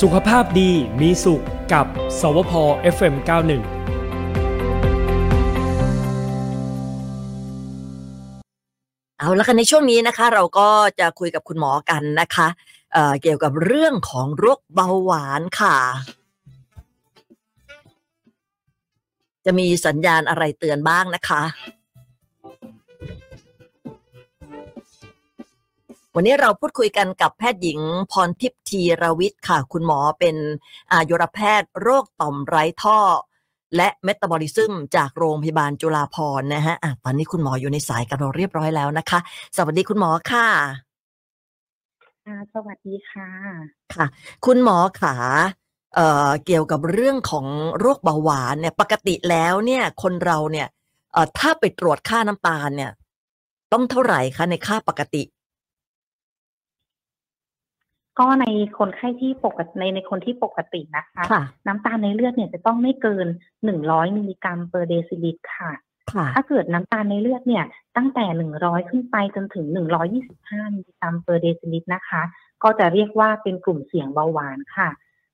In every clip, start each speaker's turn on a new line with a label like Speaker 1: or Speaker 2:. Speaker 1: สุขภาพดีมีสุขกับ สวพ FM91
Speaker 2: เอาละค่ะในช่วงนี้นะคะ เราก็จะคุยกับคุณหมอกันนะคะเอ่อเกี่ยวกับเรื่องของโรคเบาหวานค่ะ จะมีสัญญาณอะไรเตือนบ้างนะคะ วันนี้เราพูดคุยกันกับแพทย์หญิงพรทิพย์ธีรวิทย์ค่ะ คุณหมอเป็นอายุรแพทย์โรคต่อมไร้ท่อ และเมตาบอลิซึมจากโรงพยาบาลจุฬาภรณ์นะฮะอ่ะตอนนี้คุณหมออยู่ในสายกับเราเรียบร้อยแล้วนะคะ สวัสดีคุณหมอค่ะ
Speaker 3: ค่ะสวัสดีค่ะ
Speaker 2: คุณหมอขาเอ่อเกี่ยวกับเรื่องของโรคเบาหวานเนี่ย ปกติแล้วเนี่ยคนเราเนี่ยเอ่อถ้าไปตรวจค่าน้ำตาลเนี่ย ต้องเท่าไหร่คะในค่าปกติ
Speaker 3: ก็ในคนไข้ที่ปกติในในคนที่ปกตินะคะ
Speaker 2: ค่ะ
Speaker 3: น้ำตาลในเลือดเนี่ยจะต้องไม่เกิน 100 มิลลิกรัมเปอร์เดซิลิตรค่ะ
Speaker 2: ค่ะ
Speaker 3: ถ้าเกิดน้ำตาลในเลือดเนี่ยตั้งแต่ 100 ขึ้นไปจนถึง 125 มิลลิกรัมเปอร์เดซิลิตรนะคะ ก็จะเรียกว่าเป็นกลุ่มเสี่ยงเบาหวานค่ะ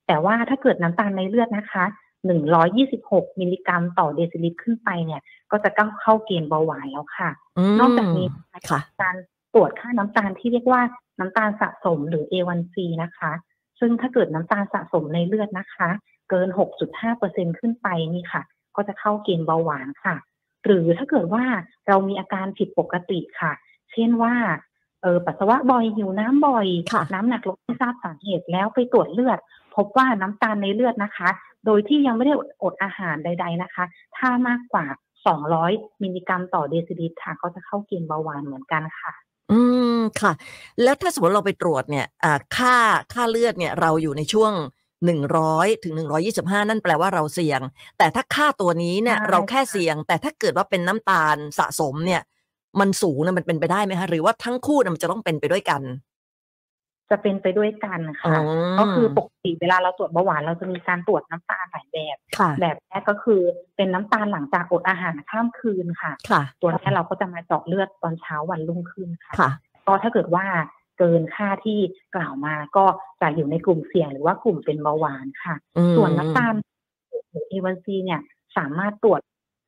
Speaker 3: แต่ว่าถ้าเกิดน้ำตาลในเลือดนะคะ 126 มิลลิกรัมต่อเดซิลิตรขึ้นไปเนี่ย ก็จะเข้าเข้าเกณฑ์เบาหวานแล้วค่ะ นอกจากนี้นะ
Speaker 2: ค่ะ
Speaker 3: การตรวจค่าน้ำตาลที่เรียกว่าน้ำตาลสะสมหรือ A1C นะคะ ซึ่งถ้าเกิดน้ำตาลสะสมในเลือดนะคะ เกิน 6.5%ขึ้นไปนี่ค่ะ ก็จะเข้าเกณฑ์เบาหวานค่ะ หรือถ้าเกิดว่าเรามีอาการผิดปกติค่ะ เช่นว่าเออปัสสาวะบ่อยหิวน้ำบ่อย
Speaker 2: ค่ะ
Speaker 3: น้ำหนักลดไม่ทราบสาเหตุแล้วไปตรวจเลือด พบว่าน้ำตาลในเลือดนะคะ โดยที่ยังไม่ได้อดอาหารใด ๆนะคะ ถ้ามากกว่า 200 มิลลิกรัมต่อเดซิลิตรค่ะ ก็จะเข้าเกณฑ์เบาหวานเหมือนกันค่ะ
Speaker 2: อืมค่ะ แล้วถ้าสมมติเราไปตรวจเนี่ยอ่าค่าค่าเลือดเนี่ยเราอยู่ในช่วงหนึ่งร้อยถึงหนึ่งร้อยี่สิบห้านั่นแปลว่าเราเสี่ยง แต่ถ้าค่าตัวนี้เนี่ย
Speaker 3: ใช่
Speaker 2: เราแค่เสี่ยง แต่ถ้าเกิดว่าเป็นน้ำตาลสะสมเนี่ย มันสูงนะมันเป็นไปได้ไหมคะหรือว่าทั้งคู่นะมันจะต้องเป็นไปด้วยกัน
Speaker 3: จะเป็นไปด้วยกัน
Speaker 2: อ๋อ
Speaker 3: ค่ะ ก็คือปกติเวลาเราตรวจเบาหวานเราจะมีการตรวจน้ำตาลหลายแบบ
Speaker 2: ค่ะ
Speaker 3: แบบแรกก็คือเป็นน้ำตาลหลังจากอดอาหารข้ามคืนค่ะ
Speaker 2: ค่ะ
Speaker 3: ตัวนี้เราก็จะมาเจาะเลือดตอนเช้าวันรุ่งขึ้นค่ะ
Speaker 2: ค่ะ
Speaker 3: ก็ถ้าเกิดว่าเกินค่าที่กล่าวมาก็จะอยู่ในกลุ่มเสี่ยงหรือว่ากลุ่มเป็นเบาหวานค่ะ
Speaker 2: อืม
Speaker 3: ส่วนน้ำตาลหรือ A1C เนี่ยสามารถตรวจ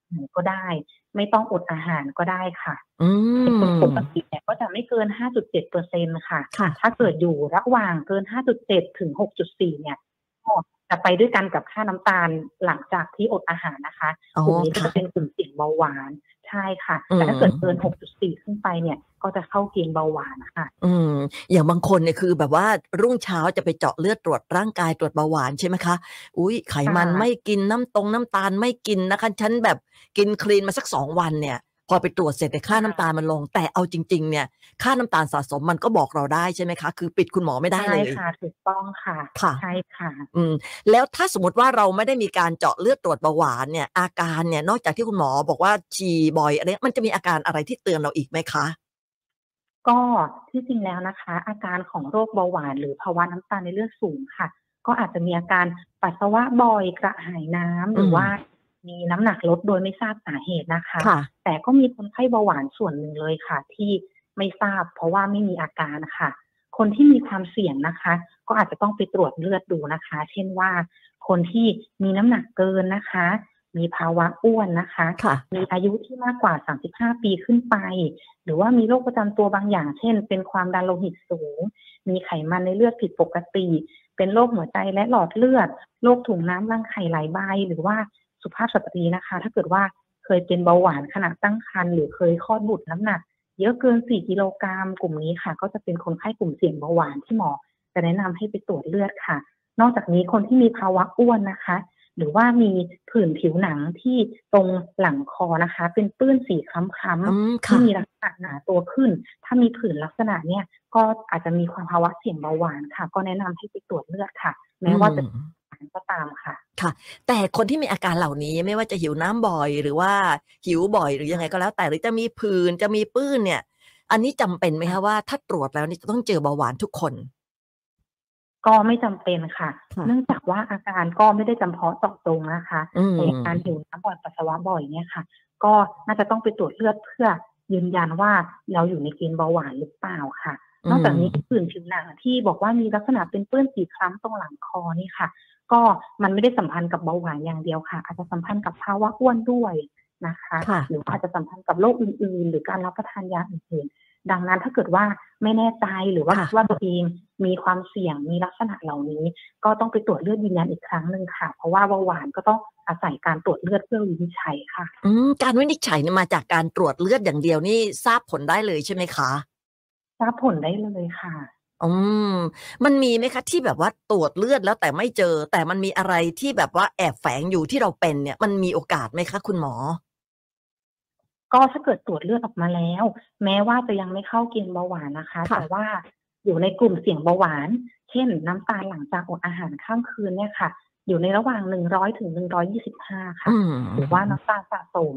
Speaker 3: ไหนก็ได้ ไม่ต้องอดอาหารก็ได้ค่ะ
Speaker 2: อื
Speaker 3: เป็นคน
Speaker 2: ม
Speaker 3: ปกติเนี่ยก็จะไม่เกิน 5.7เปอร์เซ็นค่ะ
Speaker 2: ค่ะ
Speaker 3: ถ้าเกิดอยู่ระหว่างเกิน 5.7 ถึง 6.4 เนี่ยก็จะไปด้วยกันกับค่าน้ำตาลหลังจากที่อดอาหารนะคะ
Speaker 2: อ๋อก
Speaker 3: ลุ่มนี้ก็
Speaker 2: ค่ะ
Speaker 3: จะเป็นกลุ่มเสี่ยงเบาหวานใช่ค่ะ
Speaker 2: อืม
Speaker 3: แต่ถ้าเกิดเกิน 6.4 ขึ้นไปเนี่ยก็จะเข้าเกณฑ์เบาหวานค่ะ
Speaker 2: อืมอย่างบางคนเนี่ยคือแบบว่ารุ่งเช้าจะไปเจาะเลือดตรวจร่างกายตรวจเบาหวานใช่ไหมคะ อุ้ยไขมัน
Speaker 3: ค่ะ
Speaker 2: ไม่กินน้ำตรงน้ำตาลไม่กินนะคะ ฉันแบบกินคลีนมาสักสองวันเนี่ย พอไปตรวจเสร็จแต่ยค่าน้ำตาลมันลง แต่เอาจริง ๆ เนี่ย ค่าน้ำตาลสะสมมันก็บอกเราได้ใช่ไหมคะ คือปิดคุณหมอไม่ได้เลย
Speaker 3: ค่ะถูกต้องค่ะ
Speaker 2: ค่ะ
Speaker 3: ใช่ค่ะ
Speaker 2: อืมแล้วถ้าสมมติว่าเราไม่ได้มีการเจาะเลือดตรวจเบาหวานเนี่ย อาการเนี่ยนอกจากที่คุณหมอบอกว่าฉี่บ่อยอะไรเงี้ยมันจะมีอาการอะไรที่เตือนเราอีกไหมคะ
Speaker 3: ก็ที่จริงแล้วนะคะ อาการของโรคเบาหวาน หรือภาวะน้ำตาลในเลือดสูงค่ะ ก็อาจจะมีอาการปัสสาวะบ่อยกระหายน้ำหรือ
Speaker 2: ม
Speaker 3: อว่า มีน้ำหนักลดโดยไม่ทราบสาเหตุนะคะ
Speaker 2: ค่ะ
Speaker 3: แต่ก็มีคนไข้เบาหวานส่วนหนึ่งเลยค่ะ ที่ไม่ทราบเพราะว่าไม่มีอาการค่ะ คนที่มีความเสี่ยงนะคะ ก็อาจจะต้องไปตรวจเลือดดูนะคะ เช่นว่า คนที่มีน้ำหนักเกินนะคะ มีภาวะอ้วนนะคะ
Speaker 2: ค่ะ
Speaker 3: มีอายุที่มากกว่า 35 ปีขึ้นไป หรือว่ามีโรคประจำตัวบางอย่าง เช่น เป็นความดันโลหิตสูง มีไขมันในเลือดผิดปกติ เป็นโรคหัวใจและหลอดเลือด โรคถุงน้ำรังไข่หลายใบ หรือว่าสุภาพสตรีนะคะ ถ้าเกิดว่าเคยเป็นเบาหวานขณะตั้งครรภ์หรือเคยคลอดบุตรน้ำหนัก เยอะเกิน 4 กิโลกรัมกลุ่มนี้ค่ะ ก็จะเป็นคนไข้กลุ่มเสี่ยงเบาหวานที่หมอจะแนะนำให้ไปตรวจเลือดค่ะ นอกจากนี้คนที่มีภาวะอ้วนนะคะ หรือว่ามีผื่นผิวหนังที่ตรงหลังคอนะคะ เป็นปื้นสีคล้
Speaker 2: อื
Speaker 3: ำ
Speaker 2: ม
Speaker 3: ๆ
Speaker 2: ค่ะ
Speaker 3: ที่มีลักษณะหนาตัวขึ้น ถ้ามีผื่นลักษณะเนี่ยก็อาจจะมีความภาวะเสี่ยงเบาหวานค่ะ ก็แนะนำให้ไปตรวจเลือดค่ะ แม้ว่าจะเป็นเบาหวานก็ตามค่ะ
Speaker 2: แต่คนที่มีอาการเหล่านี้ไม่ว่าจะหิวน้ำบ่อย หรือว่าหิวบ่อยหรือยังไงก็แล้ว แต่หรือจะมีผื่นจะมีปื้นเนี่ย อันนี้จำเป็นไหมคะว่าถ้าตรวจแล้วเนี่ยจะต้องเจอเบาหวานทุกคน
Speaker 3: ก็ไม่จำเป็นค่ะ
Speaker 2: ค่ะ
Speaker 3: เนื่องจากว่าอาการก็ไม่ได้จำเพาะเจาะจงนะคะ
Speaker 2: อืม
Speaker 3: แต่อาการหิวน้ำบ่อยปัสสาวะบ่อยเนี่ยค่ะ ก็น่าจะต้องไปตรวจเลือดเพื่อยืนยันว่าเราอยู่ในเกณฑ์เบาหวานหรือเปล่าค่ะ นอกจากนี้
Speaker 2: อืม
Speaker 3: ผื่นผิวหนังที่บอกว่ามีลักษณะเป็นปื้นสีคล้ำตรงหลังคอนี่ค่ะ ก็มันไม่ได้สัมพันธ์กับเบาหวานอย่างเดียวค่ะ อาจจะสัมพันธ์กับภาวะอ้วนด้วยนะคะ
Speaker 2: ค่ะ
Speaker 3: หรือว่าอาจจะสัมพันธ์กับโรคอื่นๆ หรือการรับประทานยาอื่นๆ ดังนั้นถ้าเกิดว่าไม่แน่ใจหรือว่า
Speaker 2: ค่ะ
Speaker 3: คิดว่าตัวเองมีความเสี่ยงมีลักษณะเหล่านี้ ก็ต้องไปตรวจเลือดยืนยันอีกครั้งหนึ่งค่ะ เพราะว่าเบาหวานก็ต้องอาศัยการตรวจเลือดเพื่อวินิจฉัยค่ะ
Speaker 2: อืมการวินิจฉัยเนี่ยมาจากการตรวจเลือดอย่างเดียวนี่ทราบผลได้เลยใช่ไหมคะ
Speaker 3: ทราบผลได้เลยค่ะ
Speaker 2: อืมมันมีไหมคะที่แบบว่าตรวจเลือดแล้วแต่ไม่เจอ แต่มันมีอะไรที่แบบว่าแอบแฝงอยู่ที่เราเป็นเนี่ย มันมีโอกาสไหมคะคุณหมอ
Speaker 3: ก็ถ้าเกิดตรวจเลือดออกมาแล้ว แม้ว่าจะยังไม่เข้าเกณฑ์เบาหวานนะคะ
Speaker 2: ค่ะ
Speaker 3: แต่ว่าอยู่ในกลุ่มเสี่ยงเบาหวาน เช่น น้ำตาลหลังจากอดอาหารข้ามคืนเนี่ยค่ะ อยู่ในระหว่าง 100ถึง125 ค่ะ
Speaker 2: อืม
Speaker 3: หรือว่าน้ำตาลสะสม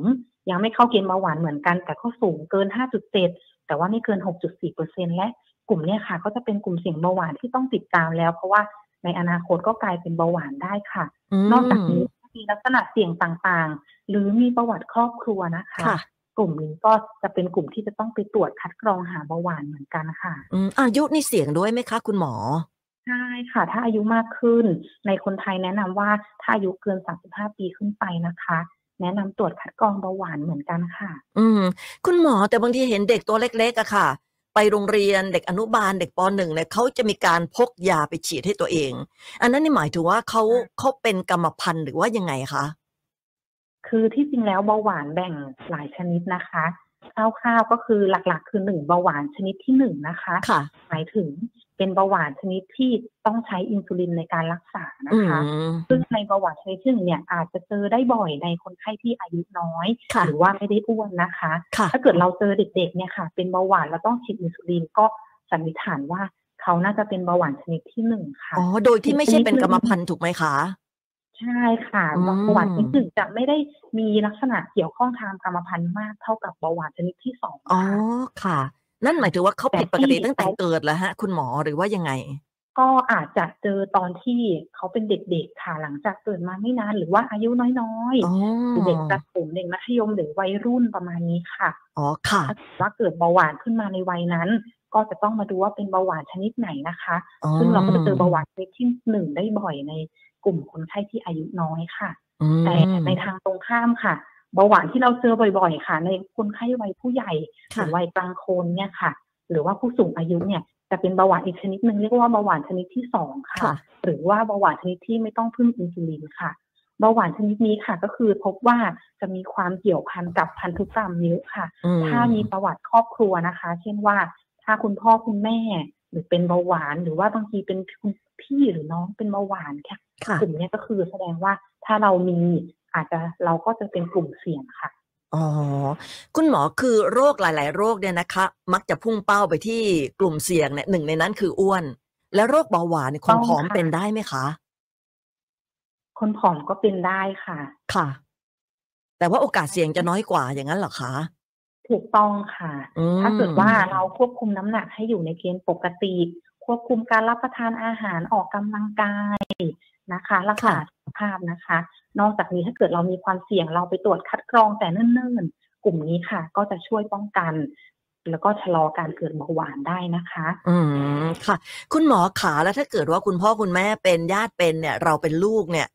Speaker 3: ยังไม่เข้าเกณฑ์เบาหวานเหมือนกัน แต่ก็สูงเกิน 5.7 แต่ว่าไม่เกิน 6.4เปอร์เซ็นและกลุ่มเนี่ยค่ะ ก็จะเป็นกลุ่มเสี่ยงเบาหวานที่ต้องติดตามแล้ว เพราะว่าในอนาคตก็กลายเป็นเบาหวานได้ค่ะ นอกจากนี้มีลักษณะเสี่ยงต่างๆ หรือมีประวัติครอบครัวนะคะ
Speaker 2: ค่ะ
Speaker 3: กลุ่มนี้ก็จะเป็นกลุ่มที่จะต้องไปตรวจคัดกรองหาเบาหวานเหมือนกันค่ะ
Speaker 2: อืมอายุนี่เสี่ยงด้วยไหมคะคุณหมอ
Speaker 3: ใช่ค่ะ ถ้าอายุมากขึ้น ในคนไทยแนะนำว่าถ้าอายุเกิน 35 ปีขึ้นไปนะคะ แนะนำตรวจคัดกรองเบาหวานเหมือนกันค่ะ
Speaker 2: อืม คุณหมอแต่บางทีเห็นเด็กตัวเล็กๆอะค่ะ ไปโรงเรียนเด็กอนุบาลเด็กปหนึ่งเนี่ยเขาจะมีการพกยาไปฉีดให้ตัวเอง อันนั้นนี่หมายถึงว่าเขาเขาเป็นกรรมพันธุ์หรือว่ายังไงคะ
Speaker 3: คือที่จริงแล้วเบาหวานแบ่งหลายชนิดนะคะคร่าวๆก็คือหลักๆ คือหนึ่งเบาหวานชนิดที่หนึ่งนะคะ
Speaker 2: ค่ะ
Speaker 3: หมายถึงเป็นเบาหวานชนิดที่ต้องใช้อินซูลินในการรักษานะ
Speaker 2: อืม
Speaker 3: คะ ซึ่งในเบาหวานชนิดที่หนึ่งเนี่ยอาจจะเจอได้บ่อยในคนไข้ที่อายุน้อย
Speaker 2: ค่ะ
Speaker 3: หรือว่าไม่ได้อ้วนนะคะ
Speaker 2: ค่ะ
Speaker 3: ถ้าเกิดเราเจอเด็กๆเนี่ยค่ะ เป็นเบาหวานแล้วต้องฉีดอินซูลินก็สันนิษฐานว่าเขาน่าจะเป็นเบาหวานชนิดที่หนึ่งค่ะ
Speaker 2: อ๋อ โดยที่ไม่ใช่เป็นกรรมพันธุ์ถูกไหมคะ
Speaker 3: ใช่ค่ะ
Speaker 2: อืม
Speaker 3: เบาหวานชนิดหนึ่งจะไม่ได้มีลักษณะเกี่ยวข้องทางกรรมพันธุ์มากเท่ากับเบาหวานชนิดที่สอง
Speaker 2: อ๋อ
Speaker 3: ค่ะ
Speaker 2: ค่ะ นั่นหมายถึงว่าเขาผิดปกติ
Speaker 3: แต่ที่
Speaker 2: ตั้งแต่เกิดแล้วฮะ คุณหมอหรือว่ายังไง
Speaker 3: ก็อาจจะเจอตอนที่เขาเป็นเด็กๆค่ะหลังจากเกิดมาไม่นานหรือว่าอายุน้อย
Speaker 2: อ๋อ
Speaker 3: ๆเด็กประถมเด็กมัธยมหรือวัยรุ่นประมาณนี้ค่ะ
Speaker 2: อ๋อ ค่ะ
Speaker 3: ถ้าเกิดว่าเกิดเบาหวานขึ้นมาในวัยนั้น ก็จะต้องมาดูว่าเป็นเบาหวานชนิดไหนนะคะ
Speaker 2: อ๋อ
Speaker 3: ซึ่งเราก็จะเจอเบาหวานชนิดที่หนึ่งได้บ่อยในกลุ่มคนไข้ที่อายุน้อยค่ะ
Speaker 2: อืม
Speaker 3: แต่ในทางตรงข้ามค่ะ เบาหวานที่เราเจอบ่อยๆ ค่ะ ในคนไข้วัยผู้ใหญ่ห
Speaker 2: ค่ะ
Speaker 3: รือวัยกลางคนเนี่ยค่ะ หรือว่าผู้สูงอายุเนี่ยจะเป็นเบาหวานอีกชนิดหนึ่งเรียกว่าเบาหวานชนิดที่สองค่ะ
Speaker 2: ค่ะ
Speaker 3: หรือว่าเบาหวานชนิดที่ไม่ต้องพึ่งอินซูลินค่ะ เบาหวานชนิดนี้ค่ะ ก็คือพบว่าจะมีความเกี่ยวพันกับพันธุกรรมเยอะค่ะ
Speaker 2: อืม
Speaker 3: ถ้ามีประวัติครอบครัวนะคะ เช่นว่าถ้าคุณพ่อคุณแม่ หรือเป็นเบาหวาน หรือว่าบางทีเป็นคุณพี่หรือน้องเป็นเบาหวานค่ะ
Speaker 2: ค่ะ
Speaker 3: กลุ่มเนี้ยก็คือแสดงว่าถ้าเรามีอาจจะเราก็จะเป็นกลุ่มเสี่ยงค่ะ
Speaker 2: อ๋อ คุณหมอคือโรคหลาย ๆ โรคเนี่ยนะคะ มักจะพุ่งเป้าไปที่กลุ่มเสี่ยงเนี่ยหนึ่งในนั้นคืออ้วน แล้วโรคเบาหวานเนี่ยคน
Speaker 3: ต้อง
Speaker 2: ผอม
Speaker 3: ค่ะ
Speaker 2: เป็นได้ไหมคะ
Speaker 3: คนผอมก็เป็นได้ค่ะ
Speaker 2: ค่ะ แต่ว่าโอกาสเสี่ยงจะน้อยกว่าอย่างนั้นเหรอคะ
Speaker 3: ถูกต้องค่ะ
Speaker 2: อืม
Speaker 3: ถ้าเกิดว่าเราควบคุมน้ำหนักให้อยู่ในเกณฑ์ปกติ ควบคุมการรับประทานอาหารออกกำลังกายนะคะ รักษาสุขภาพนะคะ นอกจากนี้ถ้าเกิดเรามีความเสี่ยงเราไปตรวจคัดกรองแต่เนิ่นๆ กลุ่มนี้ค่ะ ก็จะช่วยป้องกัน แล้วก็ชะลอการเกิดเบาหวานได้นะคะ
Speaker 2: อืมค่ะ คุณหมอขาแล้วถ้าเกิดว่าคุณพ่อคุณแม่เป็นญาติเป็นเนี่ย เราเป็นลูกเนี่ย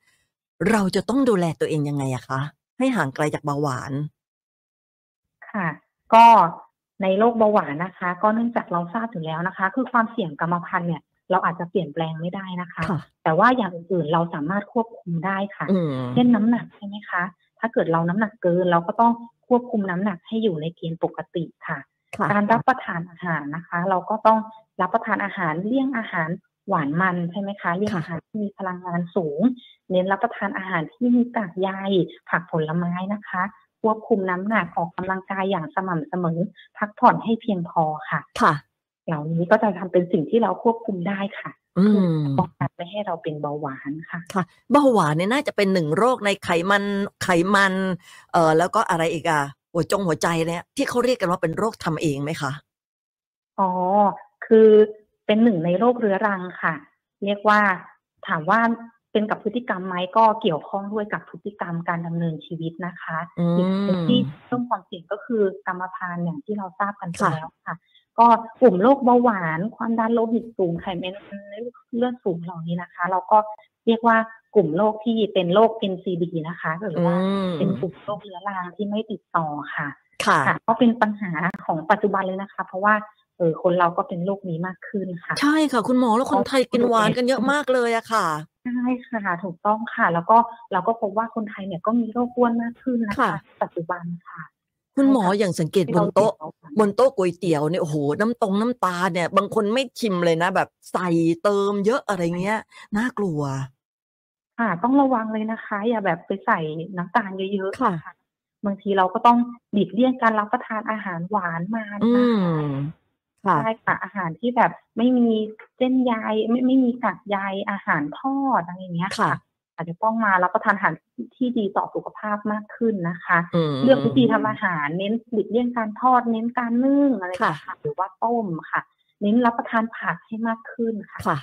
Speaker 2: เราจะต้องดูแลตัวเองยังไงอะคะให้ห่างไกลจากเบาหวาน
Speaker 3: ค่ะ ก็ในโรคเบาหวานนะคะ ก็เนื่องจากเราทราบถึงแล้วนะคะ คือความเสี่ยงกรรมพันธุ์เนี่ย เราอาจจะเปลี่ยนแปลงไม่ได้นะคะ
Speaker 2: ค่ะ
Speaker 3: แต่ว่าอย่างอื่นๆเราสามารถควบคุมได้ค่ะ
Speaker 2: อืม
Speaker 3: เช่นน้ำหนักใช่ไหมคะ ถ้าเกิดเราน้ำหนักเกินเราก็ต้องควบคุมน้ำหนักให้อยู่ในเกณฑ์ปกติค่ะ
Speaker 2: ค่ะ
Speaker 3: การรับประทานอาหารนะคะ เราก็ต้องรับประทานอาหารเลี่ยงอาหารหวานมันใช่ไหมคะเลี่ยงอาหารที่มีพลังงานสูง เน้นรับประทานอาหารที่มีกากใยผักผลไม้นะคะ ควบคุมน้ำหนักออกกำลังกายอย่างสม่ำเสมอ พักผ่อนให้เพียงพอค่ะ
Speaker 2: ค่ะ
Speaker 3: เหล่านี้ก็จะทำเป็นสิ่งที่เราควบคุมได้ค่ะ
Speaker 2: อื
Speaker 3: เพื่อ
Speaker 2: ม
Speaker 3: ป้องกันไม่ให้เราเป็นเบาหวานค่ะ
Speaker 2: ค่ะ เบาหวานเนี่ยน่าจะเป็นหนึ่งโรคในไขมันไขมัน เอ่อแล้วก็อะไรอีกอะหัวจงหัวใจเนี่ยที่เขาเรียกกันว่าเป็นโรคทำเองไหมคะ
Speaker 3: อ๋อ คือเป็นหนึ่งในโรคเรื้อรังค่ะ เรียกว่าถามว่าเป็นกับพฤติกรรมไหมก็เกี่ยวข้องด้วยกับพฤติกรรมการดำเนินชีวิตนะคะ
Speaker 2: อืม
Speaker 3: อีกหนึ่งที่เพิ่มความเสี่ยงก็คือกรรมพันธุ์อย่างที่เราทราบกันไป
Speaker 2: ค่ะ
Speaker 3: แล้วค่ะ ก็กลุ่มโรคเบาหวาน ความดันโลหิตสูงไขมันในเลือดสูงเหล่านี้นะคะ เราก็เรียกว่ากลุ่มโรคที่เป็นโรค NCD นะคะหรือ
Speaker 2: อื
Speaker 3: ว่าม เป็นกลุ่มโรคเรื้อรังที่ไม่ติดต่อค่ะ
Speaker 2: ค่ะ
Speaker 3: ค่ะก็เป็นปัญหาของปัจจุบันเลยนะคะ เพราะว่าเออคนเราก็เป็นโรคนี้มากขึ้นค่ะ
Speaker 2: ใช่ค่ะ คุณหมอแล้วคนไทยกินหวานกันเยอะมากเลยอะค่ะ
Speaker 3: ใช่ค่ะถูกต้องค่ะ แล้วก็เราก็พบว่าคนไทยเนี่ยก็มีโรคอ้วนมากขึ้นนะคะ
Speaker 2: ค่ะ
Speaker 3: ปัจจุบันค่ะ
Speaker 2: คุณหมออย่างสังเกต
Speaker 3: ที่
Speaker 2: บ
Speaker 3: เรา
Speaker 2: นโต๊ะ
Speaker 3: เห็แล้วค่ะ
Speaker 2: บนโต๊ะก๋วยเตี๋ยวเนี่ยโอ้โหน้ำตรงน้ำตาเนี่ย บางคนไม่ชิมเลยนะ แบบใส่เติมเยอะอะไรเงี้ยน่ากลัว
Speaker 3: ค่ะ ต้องระวังเลยนะคะ อย่าแบบไปใส่น้ำตาลเยอะๆ
Speaker 2: ค่ะ
Speaker 3: บางทีเราก็ต้องหลีกเลี่ยงการรับประทานอาหารหวานมานะ
Speaker 2: อื
Speaker 3: คะ
Speaker 2: ม ค่ะ
Speaker 3: ใช่ค่ะอาหารที่แบบไม่มีเส้นใยไม่ไม่มีกากใยอาหารทอดอะไรอย่างเงี้ย
Speaker 2: ค่ะ
Speaker 3: อาจจะต้องมารับประทานอาหารที่ดีต่อสุขภาพมากขึ้นนะคะ
Speaker 2: ม
Speaker 3: เลือกวิธีทำอาหารเน้นหลีกเลี่ยงการทอด เน้นการนึ่งอะไรอย่างเงี้ยค่ะหรือว่าต้มค่ะ เน้นรับประทานผักให้มากขึ้นค่ะ
Speaker 2: ค่ะ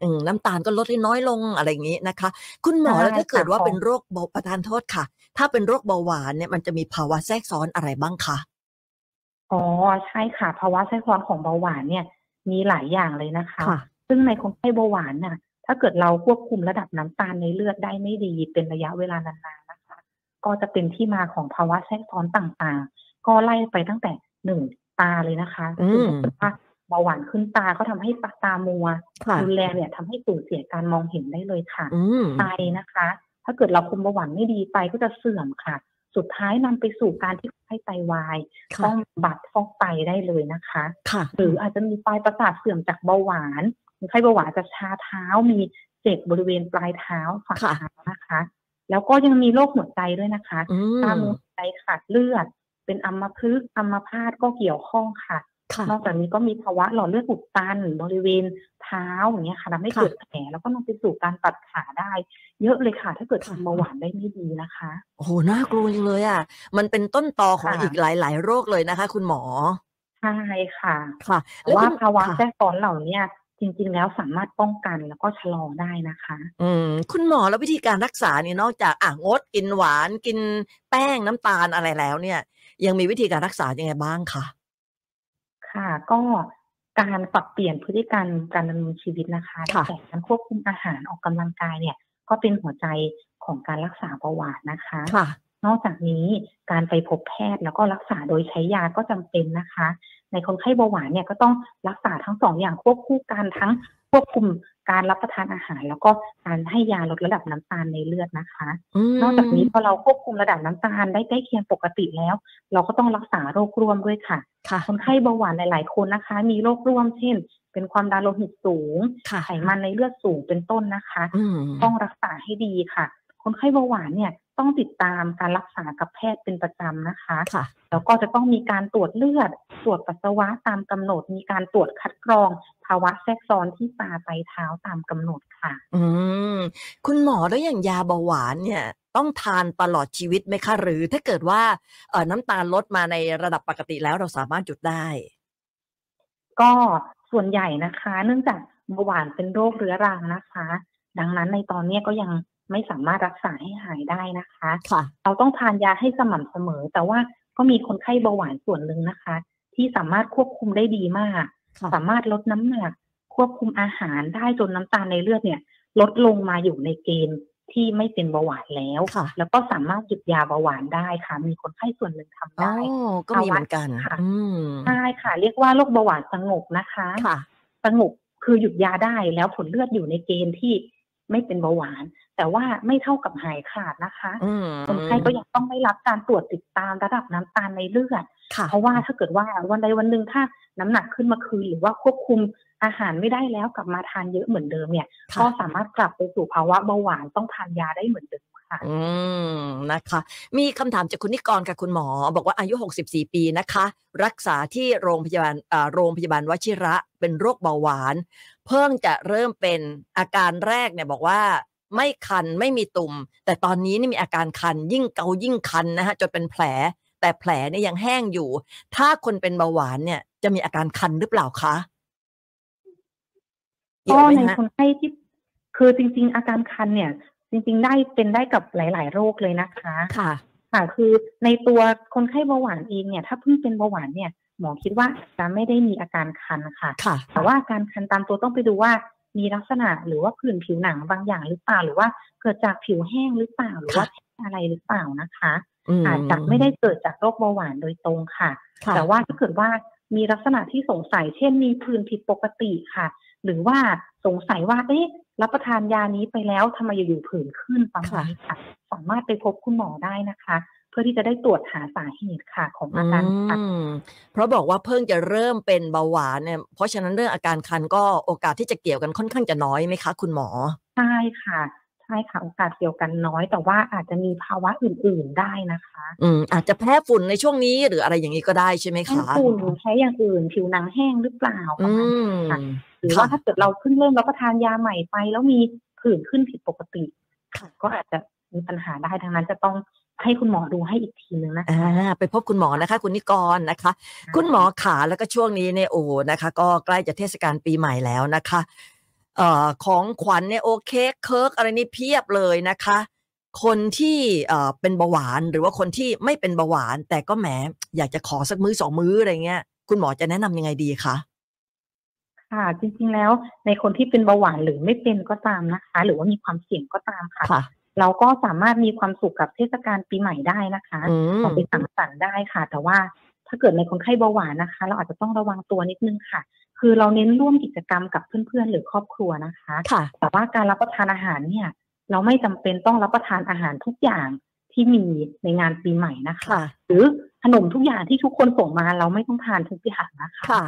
Speaker 2: เออน้ำตาลก็ลดให้น้อยลงอะไรอย่างนี้นะคะ คุณหมอ
Speaker 3: ใช่
Speaker 2: แล้วถ้าเกิด
Speaker 3: ค่ะ
Speaker 2: ว่า
Speaker 3: ของ
Speaker 2: เป็นโรคเบาประทานโทษค่ะ ถ้าเป็นโรคเบาหวานเนี่ยมันจะมีภาวะแทรกซ้อนอะไรบ้างคะ
Speaker 3: อ๋อใช่ค่ะภาวะไส้คลอนของเบาหวานเนี่ยมีหลายอย่างเลยนะคะ ซึ่งในคนไข้เบาหวานน่ะ ถ้าเกิดเราควบคุมระดับน้ำตาลในเลือดได้ไม่ดีเป็นระยะเวลานานๆนะคะ ก็จะเป็นที่มาของภาวะแทรกซ้อนต่างๆ ก็ไล่ไปตั้งแต่หนึ่งตาเลยนะคะ
Speaker 2: อืม
Speaker 3: ซึ่งถ้าเกิดว่าเบาหวานขึ้นตาก็ทำให้ปากตามัว
Speaker 2: ค่ะ
Speaker 3: รุนแรงเนี่ยทำให้สูญเสียการมองเห็นได้เลยค่ะ
Speaker 2: อืม
Speaker 3: ไตนะคะ ถ้าเกิดเราคุมเบาหวานไม่ดีไตก็จะเสื่อมค่ะ สุดท้ายนำไปสู่การที่ให้ไตวาย ต้
Speaker 2: ค่ะ
Speaker 3: องบำบัดฟอกไตได้เลยนะคะ
Speaker 2: ค่ะ
Speaker 3: หรืออาจจะมีปลายประสาทเสื่อมจากเบาหวานคนไข้เบาหวานจะชาเท้ามีเจ็บบริเวณปลายเท้าฝ่า
Speaker 2: ค่ะ
Speaker 3: เท้านะคะ แล้วก็ยังมีโรคหัวใจด้วยนะคะ
Speaker 2: อื
Speaker 3: กล้าม
Speaker 2: ม
Speaker 3: เนื้อหัวใจขาดเลือด เป็นอัมพฤกษ์อัมพาตก็เกี่ยวข้องค่ะ
Speaker 2: ค่ะ
Speaker 3: นอกจากนี้ก็มีภาวะหลอดเลือดอุดตันบริเวณเท้าอย่างเงี้ยค่ะทำให้
Speaker 2: ค่ะ
Speaker 3: เกิดแผลแล้วก็นำไปสู่การตัดขาได้ เยอะเลยค่ะ ถ้าเกิด
Speaker 2: ค่ะ
Speaker 3: ทำเบาหวานได้ไม่ดีนะคะ
Speaker 2: โอ้โหน่ากลัวจังเลยอ่ะ มันเป็นต้นตอของ
Speaker 3: ค่ะ
Speaker 2: อีกหลาย ๆ โรคเลยนะคะ คุณหมอ
Speaker 3: ใช่ค่ะ
Speaker 2: ค่ะ
Speaker 3: แต่ว่า
Speaker 2: คุณ
Speaker 3: ภาวะ
Speaker 2: ค่ะ
Speaker 3: แทรกซ้อนเหล่าเนี้ยจริง ๆ แล้วสามารถป้องกันแล้วก็ชะลอได้นะคะ
Speaker 2: อืมคุณหมอแล้ววิธีการรักษาเนี่ยนอกจากอ่ะงดกินหวานกินแป้งน้ำตาลอะไรแล้วเนี่ย ยังมีวิธีการรักษายังไงบ้างคะ
Speaker 3: ค่ะ ก็การปรับเปลี่ยนพฤติกรรมการดำเนินชีวิตนะคะ
Speaker 2: ค่ะ
Speaker 3: แต่การควบคุมอาหารออกกำลังกายเนี่ย ก็เป็นหัวใจของการรักษาเบาหวานนะคะ
Speaker 2: ค่ะ
Speaker 3: นอกจากนี้การไปพบแพทย์แล้วก็รักษาโดยใช้ยาก็จำเป็นนะคะ ในคนไข้เบาหวานเนี่ยก็ต้องรักษาทั้งสองอย่างควบคู่กันทั้งควบคุมการรับประทานอาหาร แล้วก็การให้ยาลดระดับน้ำตาลในเลือดนะคะ นอกจากนี้พอเราควบคุมระดับน้ำตาลได้ใกล้เคียงปกติแล้ว เราก็ต้องรักษาโรคร่วมด้วยค่ะ
Speaker 2: ค่ะ
Speaker 3: คนไข้เบาหวานหลาย ๆ คนนะคะ มีโรคร่วมเช่น เป็นความดันโลหิตสูง
Speaker 2: ค่ะ
Speaker 3: ไขมันในเลือดสูงเป็นต้นนะคะ
Speaker 2: อืม
Speaker 3: ต้องรักษาให้ดีค่ะ คนไข้เบาหวานเนี่ยต้องติดตามการรักษากับแพทย์เป็นประจำนะคะ
Speaker 2: ค่ะ
Speaker 3: แล้วก็จะต้องมีการตรวจเลือด ตรวจปัสสาวะตามกำหนด มีการตรวจคัดกรอง ภาวะแทรกซ้อนที่ตาไตเท้าตามกำหนดค่ะ
Speaker 2: อืมคุณหมอแล้วอย่างยาเบาหวานเนี่ย ต้องทานตลอดชีวิตไหมคะ หรือถ้าเกิดว่าเอ่อน้ำตาลลดมาในระดับปกติแล้วเราสามารถหยุดได้
Speaker 3: ก็ส่วนใหญ่นะคะ เนื่องจากเบาหวานเป็นโรคเรื้อรังนะคะ ดังนั้นในตอนเนี้ยก็ยังไม่สามารถรักษาให้หายได้นะคะ
Speaker 2: ค่ะ
Speaker 3: เราต้องทานยาให้สม่ำเสมอ แต่ว่าก็มีคนไข้เบาหวานส่วนหนึ่งนะคะ ที่สามารถควบคุมได้ดีมาก
Speaker 2: ค่ะ
Speaker 3: สามารถลดน้ำหนักควบคุมอาหารได้จนน้ำตาลในเลือดเนี่ย ลดลงมาอยู่ในเกณฑ์ที่ไม่เป็นเบาหวานแล้ว
Speaker 2: ค่ะ
Speaker 3: แล้วก็สามารถหยุดยาเบาหวานได้ค่ะ มีคนไข้ส่วนหนึ่งทำ
Speaker 2: อ๋อ
Speaker 3: ได้
Speaker 2: ก็มีเหมือนกัน
Speaker 3: ค่ะ
Speaker 2: อืม
Speaker 3: ใช่ค่ะ เรียกว่าโรคเบาหวานสงบนะคะ
Speaker 2: ค่ะ
Speaker 3: สงบคือหยุดยาได้แล้วผลเลือดอยู่ในเกณฑ์ที่ไม่เป็นเบาหวาน แต่ว่าไม่เท่ากับหายขาดนะคะ
Speaker 2: อืม
Speaker 3: คนไข้ก็ยังต้องได้รับการตรวจติดตามระดับน้ำตาลในเลือด
Speaker 2: ค่ะ
Speaker 3: เพราะว่าถ้าเกิดว่าวันใดวันหนึ่งถ้าน้ำหนักขึ้นมาคืนหรือว่าควบคุมอาหารไม่ได้แล้วกลับมาทานเยอะเหมือนเดิมเนี่ย
Speaker 2: ค่ะ
Speaker 3: ก็สามารถกลับไปสู่ภาวะเบาหวานต้องทานยาได้เหมือนเดิมค่ะ
Speaker 2: อืมนะคะ มีคำถามจากคุณนิกรกับคุณหมอ บอกว่าอายุ 64 ปีนะคะ รักษาที่โรงพยาบาลอ่าโรงพยาบาลวชิระเป็นโรคเบาหวาน เพิ่งจะเริ่มเป็นอาการแรกเนี่ยบอกว่าไม่คันไม่มีตุ่ม แต่ตอนนี้นี่มีอาการคันยิ่งเกายิ่งคันนะฮะจนเป็นแผล แต่แผลเนี่ยยังแห้งอยู่ ถ้าคนเป็นเบาหวานเนี่ยจะมีอาการคันหรือเปล่าคะเกี่ย
Speaker 3: ก็
Speaker 2: วไหม
Speaker 3: ใน
Speaker 2: ฮะ
Speaker 3: คนไข้ที่คือจริง ๆ อาการคันเนี่ย จริง ๆ ได้เป็นได้กับหลาย ๆ โรคเลยนะคะ
Speaker 2: ค่ะ
Speaker 3: ค่ะคือในตัวคนไข้เบาหวานเองเนี่ย ถ้าเพิ่งเป็นเบาหวานเนี่ย หมอคิดว่าจะไม่ได้มีอาการคันค่ะ
Speaker 2: ค่ะ
Speaker 3: แต่ว่าอาการคันตามตัวต้องไปดูว่ามีลักษณะหรือว่าผื่นผิวหนังบางอย่างหรือเปล่า หรือว่าเกิดจากผิวแห้งหรือเปล่าหรือว่า
Speaker 2: ค่ะ
Speaker 3: อะไรหรือเปล่านะคะ
Speaker 2: ม
Speaker 3: อาจจะไม่ได้เกิดจากโรคเบาหวานโดยตรงค่ะ
Speaker 2: ค่ะ
Speaker 3: แต่ว่าถ้าเกิดว่ามีลักษณะที่สงสัย เช่นมีผื่นผิดปกติค่ะ หรือว่าสงสัยว่าเอ๊ะรับประทานยานี้ไปแล้วทำไมอยู่ๆผื่นขึ้นประมาณนี้ค่ะ สามารถไปพบคุณหมอได้นะคะ เพื่อที่จะได้ตรวจหาสาเหตุค่ะของอาการคัน
Speaker 2: อืมเพราะบอกว่าเพิ่งจะเริ่มเป็นเบาหวานเนี่ย เพราะฉะนั้นเรื่องอาการคันก็โอกาสที่จะเกี่ยวกันค่อนข้างจะน้อยไหมคะ คุณหมอ
Speaker 3: ใช่ค่ะใช่ค่ะโอกาสเกี่ยวกันน้อย แต่ว่าอาจจะมีภาวะอื่นๆได้นะคะ
Speaker 2: อืมอาจจะแพ้ฝุ่นในช่วงนี้หรืออะไรอย่างนี้ก็ได้ใช่ไหม
Speaker 3: แค่
Speaker 2: คะ
Speaker 3: ฝุ่นใช้อย่างอื่น ผิวหนังแห้งหรือเปล่าป
Speaker 2: อื
Speaker 3: ระมาณนี้
Speaker 2: ม
Speaker 3: ค่ะ หรือว่า
Speaker 2: ค่ะ
Speaker 3: ถ้าเกิดเราเพิ่งเริ่มรับประทานยาใหม่ไป แล้วมีผื่นขึ้นผิดปกติ
Speaker 2: ค่ะ
Speaker 3: ก็อาจจะมีปัญหาได้ดังนั้นจะต้องให้คุณหมอดูให้อีกทีนึงนะ
Speaker 2: อ่า
Speaker 3: คะ
Speaker 2: ไปพบคุณหมอนะคะ คุณนิกรนะคะ คุณหมอขาแล้วก็ช่วงนี้เนี่ยโอ้โหนะคะ ก็ใกล้จะเทศกาลปีใหม่แล้วนะคะเอ่อของขวัญเนี่ยโอเคกเคิร์กอะไรนี่เพียบเลยนะคะ คนที่เอ่อเป็นเบาหวานหรือว่าคนที่ไม่เป็นเบาหวาน แต่ก็แหมอยากจะขอสักมื้อสองมื้ออะไรเงี้ย คุณหมอจะแนะนำยังไงดีคะ
Speaker 3: ค่ะ จริงๆแล้วในคนที่เป็นเบาหวานหรือไม่เป็นก็ตามนะคะ หรือว่ามีความเสี่ยงก็ตามค่ะ
Speaker 2: ค่ะ
Speaker 3: เราก็สามารถมีความสุขกับเทศกาลปีใหม่ได้นะคะ
Speaker 2: อืม
Speaker 3: ออกไปสังสรรค์ได้ค่ะ แต่ว่าถ้าเกิดในคนไข้เบาหวานนะคะ เราอาจจะต้องระวังตัวนิดนึงค่ะ คือเราเน้นร่วมกิจกรรมกับเพื่อนๆ หรือครอบครัวนะคะ
Speaker 2: ค่ะ
Speaker 3: แต่ว่าการรับประทานอาหารเนี่ย เราไม่จำเป็นต้องรับประทานอาหารทุกอย่างที่มีในงานปีใหม่นะคะ
Speaker 2: ค่ะ
Speaker 3: หรือขนมทุกอย่างที่ทุกคนส่งมาเราไม่ต้องทานทุกอย่างนะคะ
Speaker 2: ค่ะ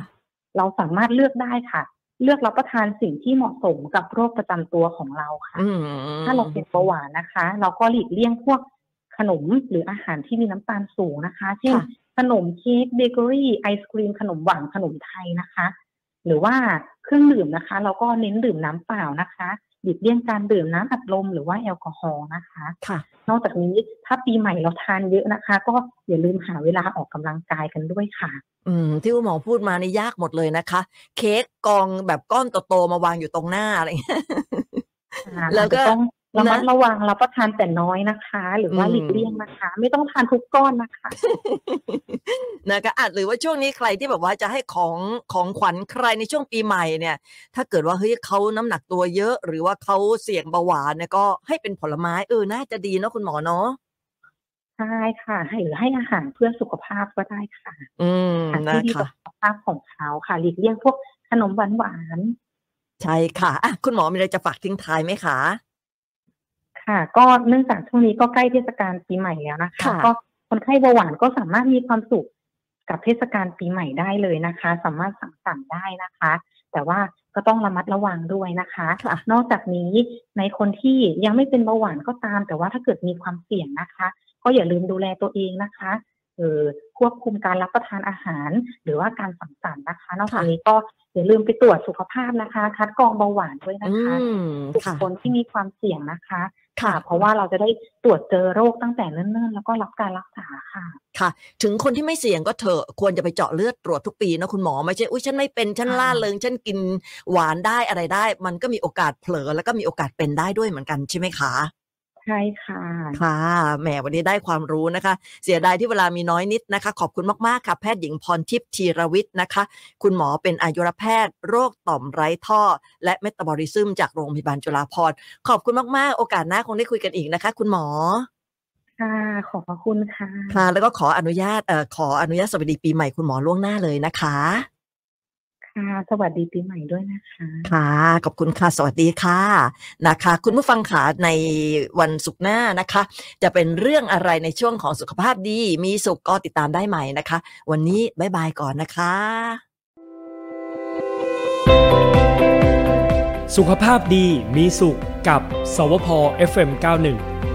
Speaker 3: เราสามารถเลือกได้ค่ะ เลือกรับประทานสิ่งที่เหมาะสมกับโรคประจำตัวของเราค่ะ
Speaker 2: อืม
Speaker 3: ถ้าเราเป็นเบาหวานนะคะ เราก็หลีกเลี่ยงพวกขนมหรืออาหารที่มีน้ำตาลสูงนะคะ เช่น
Speaker 2: ค่ะ
Speaker 3: ขนมเค้กเบเกอรี่ไอศครีมขนมหวานขนมไทยนะคะ หรือว่าเครื่องดื่มนะคะ เราก็เน้นดื่มน้ำเปล่านะคะหลีกเลี่ยงการดื่มน้ำอัดลมหรือว่าแอลกอฮอล์นะคะ
Speaker 2: ค่ะ
Speaker 3: นอกจากนี้ถ้าปีใหม่เราทานเยอะนะคะ ก็อย่าลืมหาเวลาออกกำลังกายกันด้วยค่ะ
Speaker 2: อืมที่คุณหมอพูดมานี่ยากหมดเลยนะคะ เค้กกองแบบก้อนโตๆมาวางอยู่ตรงหน้าอะไรอย่างเงี้ย
Speaker 3: ค่ะ
Speaker 2: แล้วก็
Speaker 3: อาจจะต้องระมัด
Speaker 2: นะ
Speaker 3: ระวังรับประทานแต่น้อยนะคะ หรือว่า
Speaker 2: อืม
Speaker 3: หลีกเลี่ยงนะคะ ไม่ต้องทานทุกก้อนนะคะ
Speaker 2: นะคะอาจหรือว่าช่วงนี้ใครที่แบบว่าจะให้ของของขวัญใครในช่วงปีใหม่เนี่ย ถ้าเกิดว่าเฮ้ยเขาน้ำหนักตัวเยอะ หรือว่าเขาเสี่ยงเบาหวานเนี่ยก็ให้เป็นผลไม้เออน่าจะดีเนาะคุณหมอเนาะ
Speaker 3: ใช่ค่ะ ให้หรือให้อาหารเพื่อสุขภาพก็ได้ค่ะ
Speaker 2: อืม
Speaker 3: อาหาร
Speaker 2: นะ
Speaker 3: ที่ดีต่
Speaker 2: คะ
Speaker 3: อสุขภาพของเขาค่ะ หลีกเลี่ยงพวกขนมหวานหวานๆ
Speaker 2: ใช่ค่ะอ่ะคุณหมอมีอะไรจะฝากทิ้งท้ายไหมคะ
Speaker 3: ค่ะก็เนื่องจากช่วงนี้ก็ใกล้เทศกาลปีใหม่แล้วนะคะ
Speaker 2: ค่ะ
Speaker 3: ก็คนไข้เบาหวานก็สามารถมีความสุขกับเทศกาลปีใหม่ได้เลยนะคะ สามารถสั่งสรรค์ได้นะคะ แต่ว่าก็ต้องระมัดระวังด้วยนะคะ
Speaker 2: ค่ะ
Speaker 3: นอกจากนี้ในคนที่ยังไม่เป็นเบาหวานก็ตาม แต่ว่าถ้าเกิดมีความเสี่ยงนะคะ ก็อย่าลืมดูแลตัวเองนะคะเออควบคุมการรับประทานอาหาร หรือว่าการสังสรรค์นะคะ นอกจากนี้ก็อย่าลืมไปตรวจสุขภาพนะคะ คัดกรองเบาหวานด้วย
Speaker 2: อื
Speaker 3: นะคะ
Speaker 2: ม
Speaker 3: บุค
Speaker 2: ค่ะ
Speaker 3: คลที่มีความเสี่ยงนะคะ
Speaker 2: ค่ะ
Speaker 3: เพราะว่าเราจะได้ตรวจเจอโรคตั้งแต่เนิ่นๆ แล้วก็รับการรักษาค่ะ
Speaker 2: ถึงคนที่ไม่เสี่ยงก็เถอะควรจะไปเจาะเลือดตรวจทุกปีนะคุณหมอไม่ใช่อุ้ยฉันไม่เป็นฉัน
Speaker 3: ค่ะ
Speaker 2: ล่าเริงฉันกินหวานได้อะไรได้ มันก็มีโอกาสเผลอแล้วก็มีโอกาสเป็นได้ด้วยเหมือนกันใช่ไหมคะ
Speaker 3: ใช่ค่ะ
Speaker 2: ค่ะแหมวันนี้ได้ความรู้นะคะ เสียดายที่เวลามีน้อยนิดนะคะ ขอบคุณมากๆค่ะ แพทย์หญิงพรทิพย์ธีรวิทย์นะคะ คุณหมอเป็นอายุรแพทย์ โรคต่อมไร้ท่อ และเมตาบอลิซึมจากโรงพยาบาลจุฬาภรณ์ขอบคุณมากๆ โอกาสหน้าคงได้คุยกันอีกนะคะ คุณหมอ
Speaker 3: ค่ะ ขอบพระคุณค่ะ
Speaker 2: ค่ะแล้วก็ขออนุญาตเอ่อขออนุญาตสวัสดีปีใหม่คุณหมอล่วงหน้าเลยนะคะ
Speaker 3: ค่ะ สวัสดีปีใหม่ด้วยนะคะ
Speaker 2: ค่ะขอบคุณค่ะ สวัสดีค่ะนะคะ คุณผู้ฟังขาในวันศุกร์หน้านะคะ จะเป็นเรื่องอะไรในช่วงของสุขภาพดี มีสุขก็ติดตามได้ใหม่นะคะ วันนี้บ๊ายบายก่อนนะคะ
Speaker 1: สุขภาพดีมีสุขกับสวพ FM91